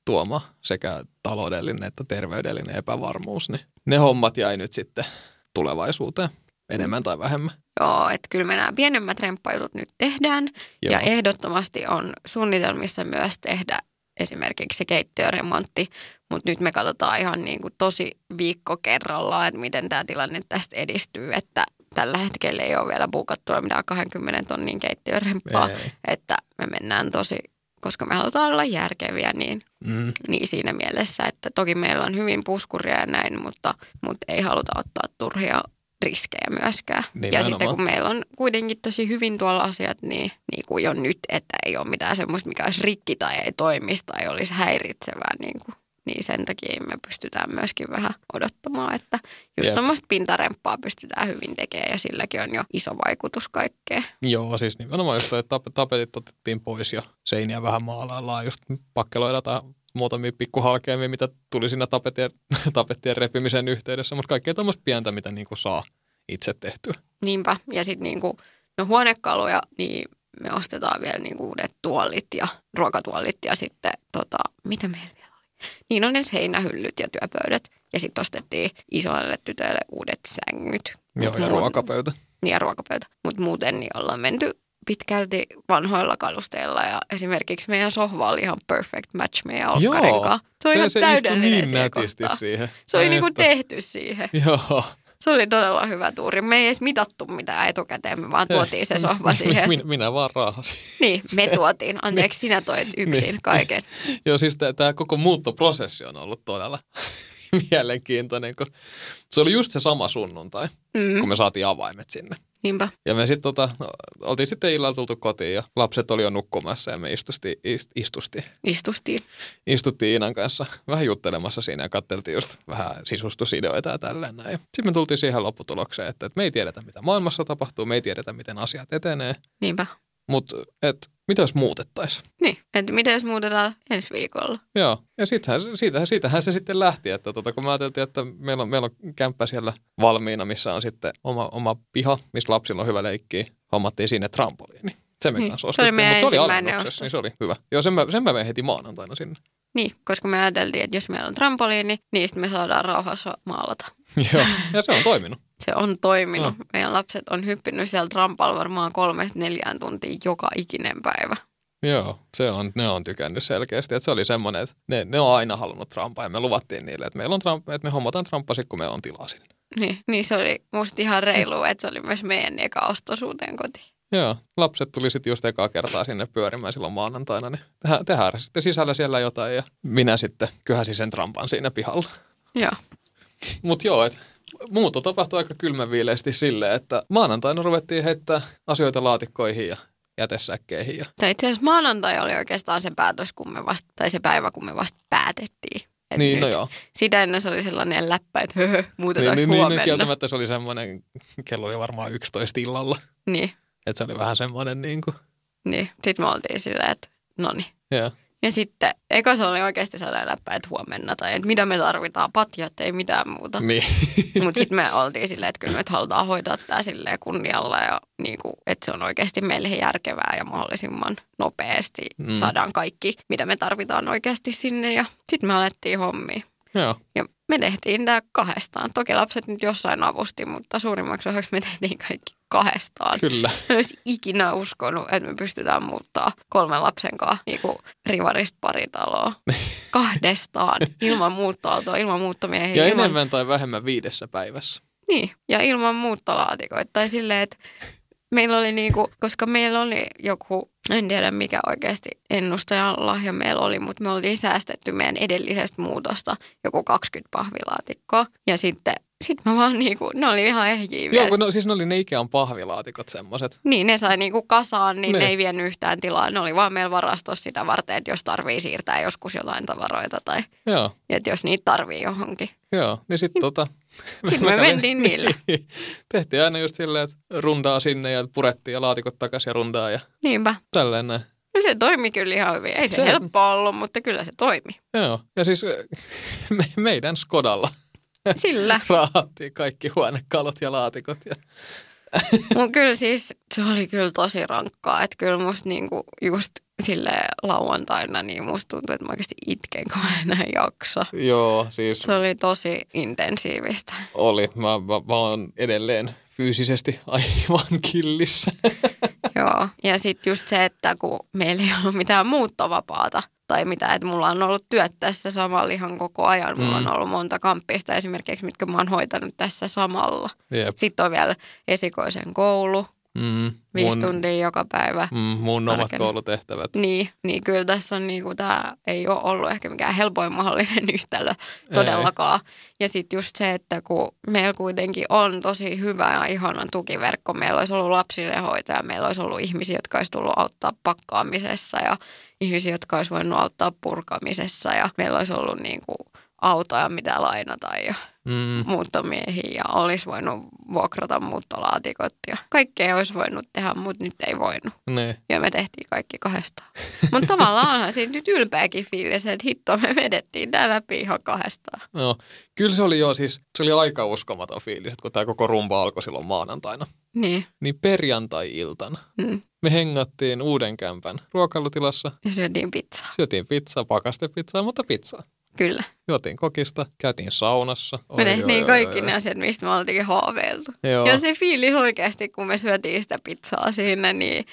Speaker 2: tuoma sekä taloudellinen että terveydellinen epävarmuus, niin ne hommat jäi nyt sitten tulevaisuuteen enemmän tai vähemmän.
Speaker 3: joo, että kyllä me nämä pienemmät remppajutut nyt tehdään. Joo. Ja
Speaker 2: Joo.
Speaker 3: ehdottomasti on suunnitelmissa myös tehdä esimerkiksi se keittiöremontti, mutta nyt me katsotaan ihan niin kuin tosi viikko kerrallaan, että miten tämä tilanne tästä edistyy, että tällä hetkellä ei ole vielä buukattuna mitään 20 tonnin keittiöremppaa,
Speaker 2: Ei.
Speaker 3: että me mennään tosi, koska me halutaan olla järkeviä, niin,
Speaker 2: Mm,
Speaker 3: niin siinä mielessä, että toki meillä on hyvin puskuria ja näin, mutta, mutta ei haluta ottaa turhia riskejä myöskään. Ja
Speaker 2: Niin, Nimenomaan.
Speaker 3: sitten kun meillä on kuitenkin tosi hyvin tuolla asiat, niin, niin kuin jo nyt, että ei ole mitään semmoista, mikä olisi rikki tai ei toimisi tai olisi häiritsevää, niin kuin, niin sen takia me pystytään myöskin vähän odottamaan, että just
Speaker 2: Jep.
Speaker 3: tuommoista pintaremppaa pystytään hyvin tekemään ja silläkin on jo iso vaikutus kaikkeen.
Speaker 2: Joo, siis nimenomaan just toi, että tap- tapetit otettiin pois ja seiniä vähän maalaillaan, just pakkeloidaan tai muutamia pikkuhalkeamia, mitä tuli siinä tapettien, tapettien repimisen yhteydessä, mutta kaikkea tämmöistä pientä, mitä niinku saa itse tehtyä.
Speaker 3: Niinpä. Ja sitten niinku, no huonekaluja, niin me ostetaan vielä niinku uudet tuolit ja ruokatuolit ja sitten tota, mitä meillä vielä oli? Niin on ne heinähyllyt ja työpöydät. Ja sitten ostettiin isoille tytöille uudet sängyt.
Speaker 2: Joo, ja
Speaker 3: Mut-
Speaker 2: ruokapöytä.
Speaker 3: Niin ja ruokapöytä. Mutta muuten niin ollaan menty pitkälti vanhoilla kalusteilla ja esimerkiksi meidän sohva oli ihan perfect match meidän olkkarin
Speaker 2: Joo.
Speaker 3: kanssa. Se oli ihan
Speaker 2: se istui
Speaker 3: täydellinen
Speaker 2: niin
Speaker 3: siinä
Speaker 2: nätisti
Speaker 3: kohtaa.
Speaker 2: siihen.
Speaker 3: Se oli niinku
Speaker 2: Että-
Speaker 3: tehty siihen.
Speaker 2: Joo.
Speaker 3: Se oli todella hyvä tuuri. Me ei edes mitattu mitään etukäteen, me vaan tuotiin
Speaker 2: Niin,
Speaker 3: se sohva siihen.
Speaker 2: Minä, minä vaan raahasin.
Speaker 3: Niin, me tuotiin. Anteeksi, sinä toit yksin kaiken.
Speaker 2: Joo, siis tämä koko muuttoprosessi on ollut todella mielenkiintoinen, kun se oli just se sama sunnuntai,
Speaker 3: Mm,
Speaker 2: kun me saatiin avaimet sinne.
Speaker 3: niinpä.
Speaker 2: Ja me sitten tota, no, oltiin sitten illalla tultu kotiin ja lapset oli jo nukkumassa ja me istusti, ist, istusti,
Speaker 3: Istustiin.
Speaker 2: istuttiin Iinan kanssa vähän juttelemassa siinä ja katteltiin just vähän sisustusideoita ja tälleen näin. Sitten me tultiin siihen lopputulokseen, että, että me ei tiedetä mitä maailmassa tapahtuu, me ei tiedetä miten asiat etenee,
Speaker 3: Niinpä.
Speaker 2: mutta et, mitä jos muutettaisiin?
Speaker 3: Niin, että miten jos muutetaan ensi viikolla?
Speaker 2: Joo, ja siitähän, siitähän, siitähän se sitten lähti, että tota, kun me ajateltiin, että meillä on, meillä on kämppä siellä valmiina, missä on sitten oma, oma piha, missä lapsilla on hyvä leikkiä, hommattiin sinne trampoliini. Se me
Speaker 3: Niin,
Speaker 2: kanssa
Speaker 3: se oli
Speaker 2: ostettiin,
Speaker 3: meidän
Speaker 2: mutta se oli
Speaker 3: ensimmäinen
Speaker 2: alennuksessa,
Speaker 3: ostos.
Speaker 2: niin se oli hyvä. Joo, sen mä, sen mä vein heti maanantaina sinne.
Speaker 3: Niin, koska me ajateltiin, että jos meillä on trampoliini, niin sitten me saadaan rauhassa maalata.
Speaker 2: Joo, ja se on toiminut.
Speaker 3: Se on toiminut.
Speaker 2: Joo.
Speaker 3: Meidän lapset on hyppinyt siellä trampalla varmaan kolmesta neljään tuntia joka ikinen päivä.
Speaker 2: Joo, se on, ne on tykännyt selkeästi. Että se oli semmoinen, että ne, ne on aina halunnut trampaa ja me luvattiin niille, että, meillä on trampa, että me hommataan tramppaa sitten, kun meillä on tilaa sinne.
Speaker 3: Niin, niin se oli musta ihan reilu, että se oli myös meidän eka ostos uuteen kotiin.
Speaker 2: Joo, lapset tuli sitten just ekaa kertaa sinne pyörimään silloin maanantaina, niin tehdään, tehdään sitten sisällä siellä jotain ja minä sitten kyhäsin sen trampan siinä pihalla.
Speaker 3: Joo.
Speaker 2: Mutta joo, et muutto tapahtui aika kylmänviileesti silleen, että maanantaina ruvettiin heittää asioita laatikkoihin ja jätesäkkeihin. Ja...
Speaker 3: Tai itse asiassa maanantai oli oikeastaan se päätös, kun me vasta, tai se päivä, kun me vasta päätettiin. Et
Speaker 2: Niin, no
Speaker 3: nyt-
Speaker 2: joo.
Speaker 3: Sitä ennen se oli sellainen läppä, että höhö,
Speaker 2: Niin,
Speaker 3: muutetaanko
Speaker 2: niin,
Speaker 3: niin,
Speaker 2: niin, niin,
Speaker 3: huomenna.
Speaker 2: kieltämättä se oli semmoinen, kello oli varmaan 11 illalla,
Speaker 3: niin,
Speaker 2: että se oli vähän semmoinen niin kuin,
Speaker 3: niin. Sitten me oltiin silleen, että no niin.
Speaker 2: joo.
Speaker 3: Ja sitten, eka se oli oikeasti sellainen läppä, että huomenna, tai että mitä me tarvitaan, patjat, ei mitään muuta.
Speaker 2: Niin.
Speaker 3: Mutta sitten me oltiin silleen, että kyllä me nyt halutaan hoitaa tämä silleen kunnialla ja niinku, että se on oikeasti meille ihan järkevää ja mahdollisimman nopeasti
Speaker 2: Mm.
Speaker 3: mm. saadaan kaikki, mitä me tarvitaan oikeasti sinne. Ja sitten me alettiin hommia.
Speaker 2: joo.
Speaker 3: Ja me tehtiin tämä kahdestaan. Toki lapset nyt jossain avusti, mutta suurimmaksi osaksi me tehtiin kaikki kahdestaan.
Speaker 2: Kyllä.
Speaker 3: Mä en olisi ikinä uskonut, että me pystytään muuttaa kolmen lapsen kanssa niin kuin rivarista paritaloa kahdestaan ilman muuttoautoa, ilman muuttomiehiä.
Speaker 2: Ja
Speaker 3: ilman...
Speaker 2: enemmän tai vähemmän viidessä päivässä.
Speaker 3: Niin, ja ilman muuttolaatikoita. Tai silleen, että meillä oli niinku, koska meillä oli joku, en tiedä mikä oikeasti ennustajan lahja meillä oli, mutta me oltiin säästetty meidän edellisestä muutosta joku 20 pahvilaatikkoa. Ja sitten sit mä vaan niinku, ne oli ihan ehjiä
Speaker 2: Joo,
Speaker 3: vielä.
Speaker 2: kun no, siis ne oli ne Ikean pahvilaatikot semmoiset.
Speaker 3: Niin, ne sai niinku kasaan, niin ne.
Speaker 2: Niin.
Speaker 3: ne ei vienyt yhtään tilaa. Ne oli vaan meillä varastossa sitä varten, että jos tarvii siirtää joskus jotain tavaroita tai
Speaker 2: Joo,
Speaker 3: että jos niitä tarvii johonkin.
Speaker 2: joo. Niin sitten tota...
Speaker 3: Sitten
Speaker 2: mä
Speaker 3: me
Speaker 2: kävin- Niin.
Speaker 3: mentiin niillä.
Speaker 2: Tehtiin aina just silleen, että rundaa sinne ja purettiin ja laatikot takaisin ja rundaa ja
Speaker 3: Niinpä.
Speaker 2: tälleen näin.
Speaker 3: No se toimi kyllä ihan hyvin. Ei se,
Speaker 2: Se-
Speaker 3: se helppoa ollut, mutta kyllä se toimi.
Speaker 2: Joo, ja siis ö, me, meidän Skodalla
Speaker 3: Sillä.
Speaker 2: raahattiin kaikki huonekalut ja laatikot. Ja,
Speaker 3: Mun kyllä siis, se oli kyllä tosi rankkaa. Että kyllä musta niinku just sille lauantaina, niin musta tuntuu, että mä oikeasti itken, kun mä enää jaksa.
Speaker 2: joo, siis
Speaker 3: Se oli tosi intensiivistä.
Speaker 2: oli. Mä, mä, mä oon edelleen fyysisesti aivan killissä.
Speaker 3: Joo, ja sitten just se, että kun meillä ei ollut mitään muuttovapaata tai mitä, että mulla on ollut työt tässä samalla ihan koko ajan. Mulla
Speaker 2: Mm.
Speaker 3: on ollut monta kamppista esimerkiksi, mitkä mä oon hoitanut tässä samalla.
Speaker 2: Jep.
Speaker 3: Sitten on vielä esikoisen koulu,
Speaker 2: Mm,
Speaker 3: viisi
Speaker 2: mun,
Speaker 3: tuntia joka päivä.
Speaker 2: mm, mun omat
Speaker 3: Arkena.
Speaker 2: koulutehtävät.
Speaker 3: Niin, niin kyllä tässä on niinku, tämä ei ole ollut ehkä mikään helpoin mahdollinen yhtälö todellakaan. Ja sitten just se, että kun meillä kuitenkin on tosi hyvä ja ihana tukiverkko, meillä olisi ollut lapsinehoitaja, meillä olisi ollut ihmisiä, jotka olisi tullut auttaa pakkaamisessa ja ihmisiä, jotka olisi voinut auttaa purkamisessa ja meillä olisi ollut niinku autoja, mitä lainata ja
Speaker 2: Mm,
Speaker 3: muuttomiehiä ja olisi voinut vuokrata muuttolaatikot ja kaikkea olisi voinut tehdä, mutta nyt ei voinut.
Speaker 2: ne.
Speaker 3: Ja me tehtiin kaikki kahdestaan. Mutta tavallaan onhan siitä nyt ylpeäkin fiilis, että hitto me vedettiin tää läpi ihan kahdestaan.
Speaker 2: No, kyllä se oli jo siis, se oli aika uskomaton fiilis, että kun tämä koko rumba alkoi silloin maanantaina.
Speaker 3: Niin.
Speaker 2: Niin perjantai-iltana
Speaker 3: Mm.
Speaker 2: me hengattiin uuden kämpän ruokailutilassa,
Speaker 3: Ja syötiin pizzaa.
Speaker 2: syötiin pizzaa, pakastepizzaa, mutta pizzaa.
Speaker 3: Kyllä.
Speaker 2: Juotiin kokista, käytiin saunassa.
Speaker 3: Me
Speaker 2: Oi,
Speaker 3: tehtiin
Speaker 2: oi,
Speaker 3: kaikki
Speaker 2: oi,
Speaker 3: ne asiat, mistä me oltiin haaveiltu.
Speaker 2: oi. Joo.
Speaker 3: Ja se fiilis oikeasti, kun me syötiin sitä pizzaa siinä, niin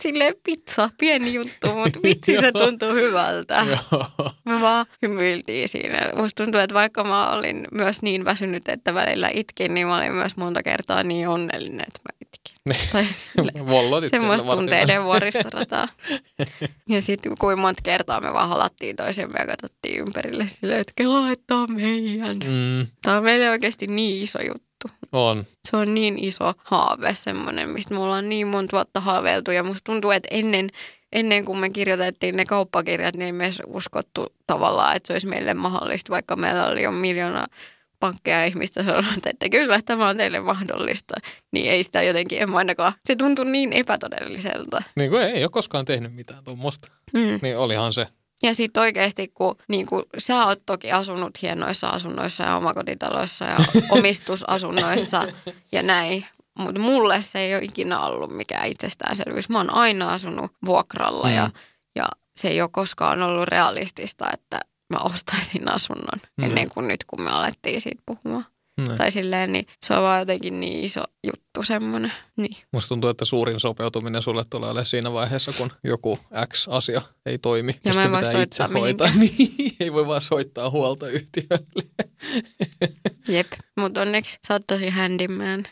Speaker 3: silleen pizza, pieni juttu, mutta vitsi se
Speaker 2: Joo.
Speaker 3: tuntuu hyvältä.
Speaker 2: Joo.
Speaker 3: Me vaan hymyiltiin siinä. Musta tuntuu, että vaikka mä olin myös niin väsynyt, että välillä itkin, niin mä olin myös monta kertaa niin onnellinen, että mä itkin. Tai sille,
Speaker 2: Vollotit siellä
Speaker 3: semmoista
Speaker 2: Martin.
Speaker 3: tunteiden vuoristorataa. Ja sitten kuin monta kertaa me vaan halattiin toisemme ja katsottiin ympärille silleen, että kelaa, että tää on meidän.
Speaker 2: Mm,
Speaker 3: Tämä on meille oikeasti niin iso juttu.
Speaker 2: on.
Speaker 3: Se on niin iso haave semmoinen, mistä me ollaan niin monta vuotta haaveiltu ja musta tuntuu, että ennen, ennen kuin me kirjoitettiin ne kauppakirjat, niin ei me edes uskottu tavallaan, että se olisi meille mahdollista, vaikka meillä oli jo miljoona pankkeja ihmistä sanonut, että kyllä tämä on teille mahdollista, niin ei sitä jotenkin, en mä ainakaan. Se tuntui niin epätodelliselta.
Speaker 2: Niin kuin ei, ei ole koskaan tehnyt mitään tuommoista.
Speaker 3: Mm.
Speaker 2: Niin olihan se.
Speaker 3: Ja sitten oikeasti, kun niin kun, sä oot toki asunut hienoissa asunnoissa ja omakotitaloissa ja omistusasunnoissa ja näin, mutta mulle se ei ole ikinä ollut mikään itsestäänselvyys. Mä oon aina asunut vuokralla ja,
Speaker 2: Mm.
Speaker 3: ja se ei ole koskaan ollut realistista, että mä ostaisin asunnon
Speaker 2: Mm.
Speaker 3: ennen kuin nyt, kun me alettiin siitä puhumaan.
Speaker 2: Mm.
Speaker 3: Tai silleen, niin se on vaan jotenkin niin iso juttu semmoinen. Niin.
Speaker 2: Musta tuntuu, että suurin sopeutuminen sulle tulee olemaan siinä vaiheessa, kun joku X-asia ei toimi.
Speaker 3: Ja mä
Speaker 2: se
Speaker 3: en voi
Speaker 2: pitää itse
Speaker 3: soittaa
Speaker 2: hoitaa. Niin, ei voi vaan soittaa huoltoyhtiölle.
Speaker 3: Jep, mutta onneksi sä oot tosi handyman.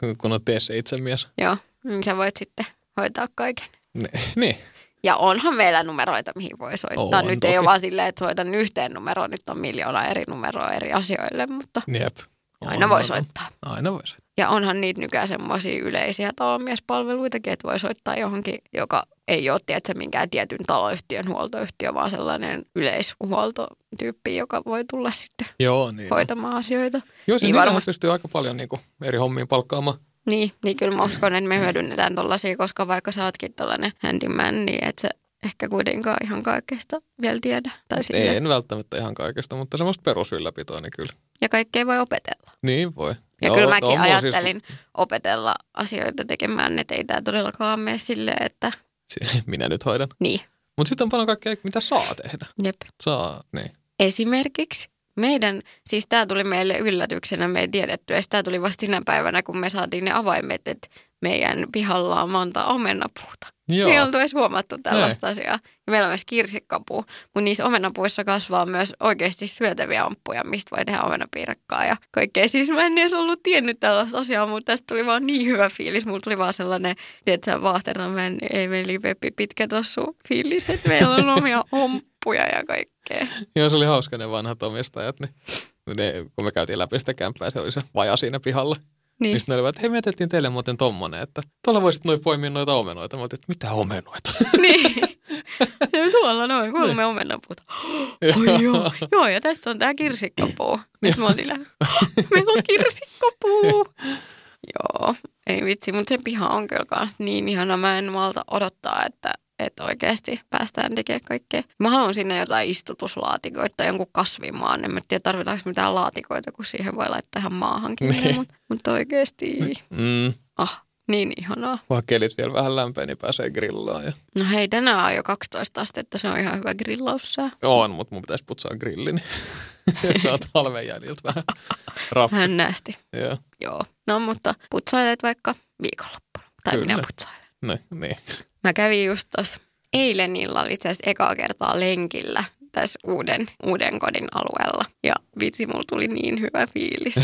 Speaker 2: Kun- Kun on tee se itse mies.
Speaker 3: Joo, niin sä voit sitten hoitaa kaiken.
Speaker 2: Ni- Niin,
Speaker 3: Ja onhan meillä numeroita, mihin voi soittaa.
Speaker 2: On
Speaker 3: On, nyt
Speaker 2: toki.
Speaker 3: ei ole vaan silleen, että soitan yhteen numeroon, nyt on miljoona eri numeroa eri asioille, mutta
Speaker 2: jep.
Speaker 3: aina voi soittaa.
Speaker 2: Aina voi soittaa.
Speaker 3: Ja onhan niitä nykyään semmoisia yleisiä talomiespalveluitakin, että voi soittaa johonkin, joka ei ole tiedätkö, minkään tietyn taloyhtiön huoltoyhtiö, vaan sellainen yleishuoltotyyppi, joka voi tulla sitten
Speaker 2: Joo, niin. on.
Speaker 3: hoitamaan asioita.
Speaker 2: Joo, se
Speaker 3: Niin
Speaker 2: niin varma.
Speaker 3: varmasti.
Speaker 2: pystyy aika paljon niin kuin, eri hommiin palkkaamaan.
Speaker 3: Niin, niin kyllä mä uskon, että me hyödynnetään tollasia, koska vaikka sä ootkin tollanen handyman, niin et sä ehkä kuitenkaan ihan kaikesta vielä tiedä. Tai
Speaker 2: Ei,
Speaker 3: sille.
Speaker 2: en välttämättä ihan kaikesta, mutta semmoista perusylläpitoa, niin kyllä.
Speaker 3: Ja kaikkea voi opetella.
Speaker 2: Niin voi.
Speaker 3: Ja kyllä mäkin
Speaker 2: on mun siis-
Speaker 3: ajattelin opetella asioita tekemään, että ei tää todellakaan mene silleen, että
Speaker 2: Siis, minä nyt hoidan.
Speaker 3: niin,
Speaker 2: Mutta sitten on paljon kaikkea, mitä saa tehdä.
Speaker 3: jep.
Speaker 2: Saa, niin.
Speaker 3: Esimerkiksi meidän, siis tämä tuli meille yllätyksenä, me ei tiedetty, ja tämä tuli vasta sinä päivänä, kun me saatiin ne avaimet, että meidän pihalla on monta omenapuuta. Joo.
Speaker 2: Joo.
Speaker 3: Me ei oltu edes huomattu tällaista asiaa. Ja meillä on myös kirsikkapuu, mutta niissä omenapuissa kasvaa myös oikeasti syötäviä amppuja, mistä voi tehdä omenapiirakkaa ja kaikkea. Siis mä en edes ollut tiennyt tällaista asiaa, mutta tästä tuli vaan niin hyvä fiilis. Mulla tuli vaan sellainen, tiedätkö, vaahtena mä en Eveli Peppi pitkä tossu fiilis, että meillä on omia omppuja ja kaikkea.
Speaker 2: Joo, se oli hauska ne vanhat omistajat, niin ne, kun me käytiin läpi sitä kämppää, se oli se vaja siinä pihalla. Niin
Speaker 3: Niin.
Speaker 2: sitten ne olivat, että hei me jätettiin teille muuten tommonen, että tuolla voisit noin poimia noita omenoita. Mä oltiin, että mitä omenoita?
Speaker 3: niin. Ja Tuolla noin, kolme omenapuuta. Oi joo. joo, ja tässä on tämä kirsikkapuu. Nyt me oltiin lähe- Meillä on kirsikkapuu. joo, ei vitsi, mutta se piha on kyllä kans niin ihana. Mä en malta odottaa, että että oikeasti päästään tekemään kaikkea. Mä haluan sinne jotain istutuslaatikoita tai jonkun kasvimaan. En mä tiedä, tarvitaanko mitään laatikoita, kun siihen voi laittaa ihan maahankin.
Speaker 2: Niin.
Speaker 3: Mutta mut oikeasti,
Speaker 2: Mm,
Speaker 3: ah, niin ihanaa.
Speaker 2: vaan kelit vielä vähän lämpenee, niin pääsee grillaan. Ja...
Speaker 3: No hei, tänään on jo 12 astetta, se on ihan hyvä grillaussää.
Speaker 2: On, mutta mun pitäisi putsaa grilli, niin saat talven jäljiltä vähän raffi.
Speaker 3: Vähän näästi.
Speaker 2: Joo,
Speaker 3: Joo. No mutta putsailet vaikka viikonloppuna. Tai
Speaker 2: Kyllä.
Speaker 3: Kyllä. minä putsailen.
Speaker 2: no, niin.
Speaker 3: Mä kävin just tuossa eilen illalla itse asiassa ekaa kertaa lenkillä tässä uuden, uuden kodin alueella. Ja vitsi, mulla tuli niin hyvä fiilis.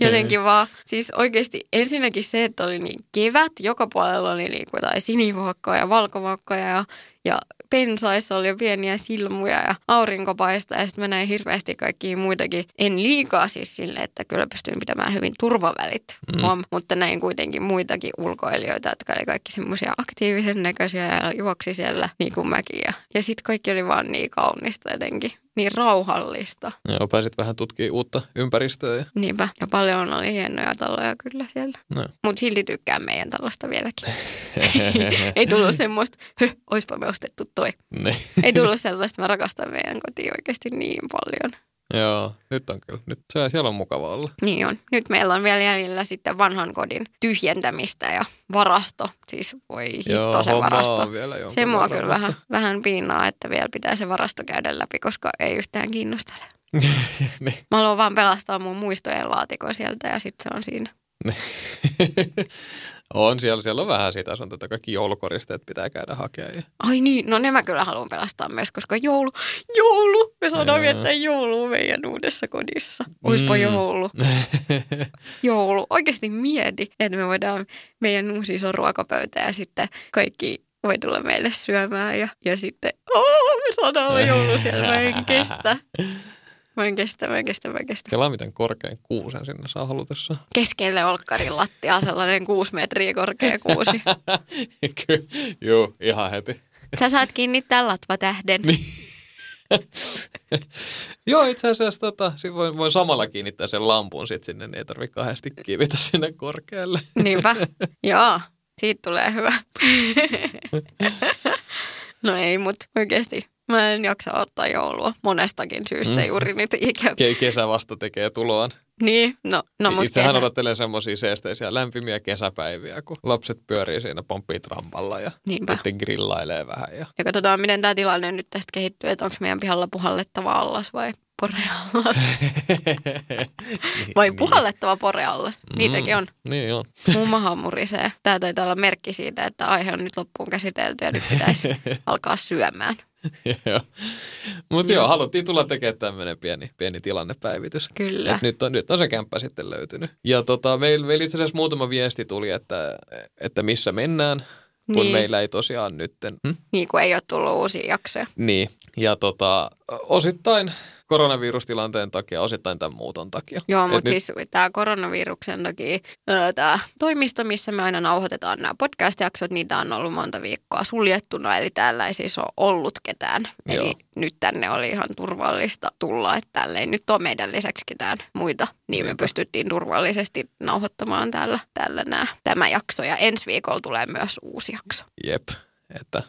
Speaker 3: Jotenkin vaan, siis oikeasti ensinnäkin se, että oli niin kevät, joka puolella oli niin kuin jotain sinivuokkoa ja valkovuokkoja ja, ja pensaissa oli jo pieniä silmuja ja aurinko paistaa ja sitten mä näin hirveästi kaikkia muitakin. En liikaa siis sille, että kyllä pystyin pitämään hyvin turvavälit,
Speaker 2: Mm.
Speaker 3: mm. mutta näin kuitenkin muitakin ulkoilijoita, jotka oli kaikki semmoisia aktiivisen näköisiä ja juoksi siellä niin kuin mäkin. Ja, ja sitten kaikki oli vaan niin kaunista jotenkin, niin rauhallista.
Speaker 2: Joo, pääsit vähän tutkimaan uutta ympäristöä. Ja...
Speaker 3: Niinpä. Ja paljon oli hienoja taloja kyllä siellä.
Speaker 2: No.
Speaker 3: Mutta silti tykkään meidän talosta vieläkin. Ei tullut semmoista, höh, oispa me ostettu toi.
Speaker 2: niin.
Speaker 3: Ei tullut sellaista, mä rakastan meidän kotiin oikeasti niin paljon.
Speaker 2: Joo, nyt on kyllä. Nyt se, siellä on mukava olla.
Speaker 3: Niin on. Nyt meillä on vielä jäljellä sitten vanhan kodin tyhjentämistä ja varasto. Siis voi hitto se
Speaker 2: hommaa
Speaker 3: varasto.
Speaker 2: on vielä jonkun
Speaker 3: Se mua
Speaker 2: verran,
Speaker 3: kyllä
Speaker 2: mutta-
Speaker 3: vähän, vähän piinaa, että vielä pitää se varasto käydä läpi, koska ei yhtään kiinnostele.
Speaker 2: niin.
Speaker 3: Mä haluan vaan pelastaa mun muistojen laatikon sieltä ja sitten se on siinä.
Speaker 2: on siellä, siellä on vähän sitä, se on tätä kaikki joulukoristeet pitää käydä hakemaan. Ja...
Speaker 3: Ai niin, no ne mä kyllä haluan pelastaa myös, koska joulu, joulu, me saadaan
Speaker 2: Joo.
Speaker 3: viettää joulua meidän uudessa kodissa. Oispa
Speaker 2: Mm.
Speaker 3: joulu, joulu. Oikeasti mieti, että me voidaan meidän uusi iso ruokapöytä ja sitten kaikki voi tulla meille syömään ja, ja sitten oh, me saadaan olla joulu siellä, mä en kestä. Mä en kestä, mä en kestä, mä en kestä.
Speaker 2: Kelaa miten korkein kuusen sinne saa halutessa.
Speaker 3: Keskelle olkkarin lattiaa sellainen kuusi metriä korkea kuusi.
Speaker 2: Kyllä, juu, ihan heti.
Speaker 3: Sä saat kiinnittää latvatähden.
Speaker 2: Joo, itse asiassa tota, sit voin, voin samalla kiinnittää sen lampun sit sinne, niin ei tarvitse kahdesti kivitä sinne korkealle.
Speaker 3: Niinpä. Joo, siitä tulee hyvä. no ei, mutta oikeasti mä en jaksa ottaa joulua monestakin syystä juuri nyt ikä.
Speaker 2: Ke- kesä vasta tekee tuloaan.
Speaker 3: Niin, no, no mut
Speaker 2: Itsehän
Speaker 3: kesä.
Speaker 2: odottelee semmoisia seesteisiä lämpimiä kesäpäiviä, kun lapset pyörii siinä pomppii trampalla ja
Speaker 3: Niinpä.
Speaker 2: sitten grillailee vähän. Ja...
Speaker 3: Ja katsotaan, miten tämä tilanne nyt tästä kehittyy, että onko meidän pihalla puhallettava allas vai poreallas. Vai puhallettava poreallas. Niitäkin on.
Speaker 2: Niin on.
Speaker 3: Mun maha murisee. Tämä taitaa olla merkki siitä, että aihe on nyt loppuun käsitelty ja nyt pitäisi alkaa syömään.
Speaker 2: Mutta joo, haluttiin tulla tekemään tämmöinen pieni, pieni tilannepäivitys.
Speaker 3: Kyllä.
Speaker 2: Et nyt, on, nyt on se kämppä sitten löytynyt. Ja tota, meillä meil itse asiassa muutama viesti tuli, että, että missä mennään, kun
Speaker 3: Niin.
Speaker 2: meillä ei tosiaan nytten. Hm?
Speaker 3: Niin kuin ei ole tullut uusia jaksoja.
Speaker 2: Niin, ja tota, osittain koronavirustilanteen takia, osittain tämän muuton takia.
Speaker 3: Joo,
Speaker 2: Et
Speaker 3: mutta
Speaker 2: nyt-
Speaker 3: siis tämä koronaviruksen takia tämä toimisto, missä me aina nauhoitetaan nämä podcast-jaksot, niitä on ollut monta viikkoa suljettuna, eli täällä ei siis ole ollut ketään. Joo.
Speaker 2: Joo.
Speaker 3: Eli nyt tänne oli ihan turvallista tulla, että täällä ei nyt ole meidän lisäksi ketään muita, niin me
Speaker 2: Niinpä.
Speaker 3: pystyttiin turvallisesti nauhoittamaan täällä, täällä nämä, tämä jakso, ja ensi viikolla tulee myös uusi jakso.
Speaker 2: Jep, että,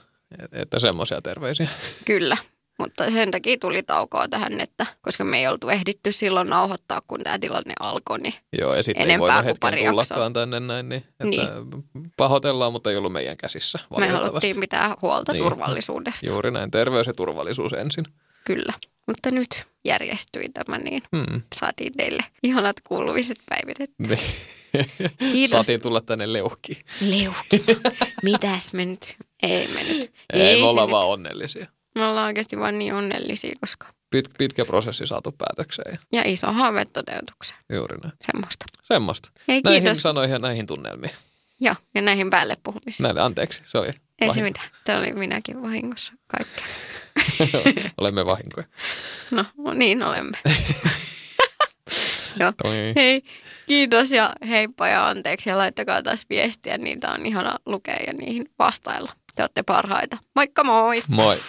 Speaker 2: että semmoisia terveisiä.
Speaker 3: Kyllä, mutta sen takia tuli taukoa tähän, että koska me ei oltu ehditty silloin nauhoittaa, kun tämä tilanne alkoi, niin
Speaker 2: Joo, ja sitten ei
Speaker 3: Enempää
Speaker 2: voinut
Speaker 3: kuin
Speaker 2: hetken
Speaker 3: pari
Speaker 2: tullakaan tänne näin, niin, että niin. pahoitellaan, mutta ei ollut meidän käsissä
Speaker 3: me
Speaker 2: valitettavasti.
Speaker 3: haluttiin pitää huolta
Speaker 2: Niin.
Speaker 3: niin. turvallisuudesta. Joo.
Speaker 2: Juuri näin, terveys ja turvallisuus ensin.
Speaker 3: Kyllä, mutta nyt järjestyi tämä niin.
Speaker 2: Hmm.
Speaker 3: Saatiin teille ihanat kuuluiset päivitet.
Speaker 2: Kiitos.
Speaker 3: Kiitos.
Speaker 2: Saatiin tulla tänne leuhkiin.
Speaker 3: Leuki. Mitäs me nyt? Ei me nyt.
Speaker 2: Ei,
Speaker 3: se
Speaker 2: me ollaan
Speaker 3: nyt.
Speaker 2: vaan onnellisia.
Speaker 3: Me ollaan oikeasti vaan niin onnellisia, koska...
Speaker 2: Pit, pitkä prosessi saatu päätökseen ja
Speaker 3: Ja iso haave toteutukseen.
Speaker 2: juuri näin.
Speaker 3: Semmoista.
Speaker 2: Semmoista.
Speaker 3: Hei,
Speaker 2: näihin
Speaker 3: kiitos.
Speaker 2: sanoihin ja näihin tunnelmiin.
Speaker 3: Joo, ja näihin päälle puhumisiin.
Speaker 2: Näille anteeksi, se oli
Speaker 3: Ei se
Speaker 2: vahinko.
Speaker 3: mitään. Se oli minäkin vahingossa kaikkea.
Speaker 2: Olemme vahinkoja.
Speaker 3: No, niin olemme. Joo.
Speaker 2: Toi.
Speaker 3: Hei, kiitos ja heippa ja anteeksi ja laittakaa taas viestiä. Niitä on ihana lukea ja niihin vastailla. Te olette parhaita. Moikka moi!
Speaker 2: Moi.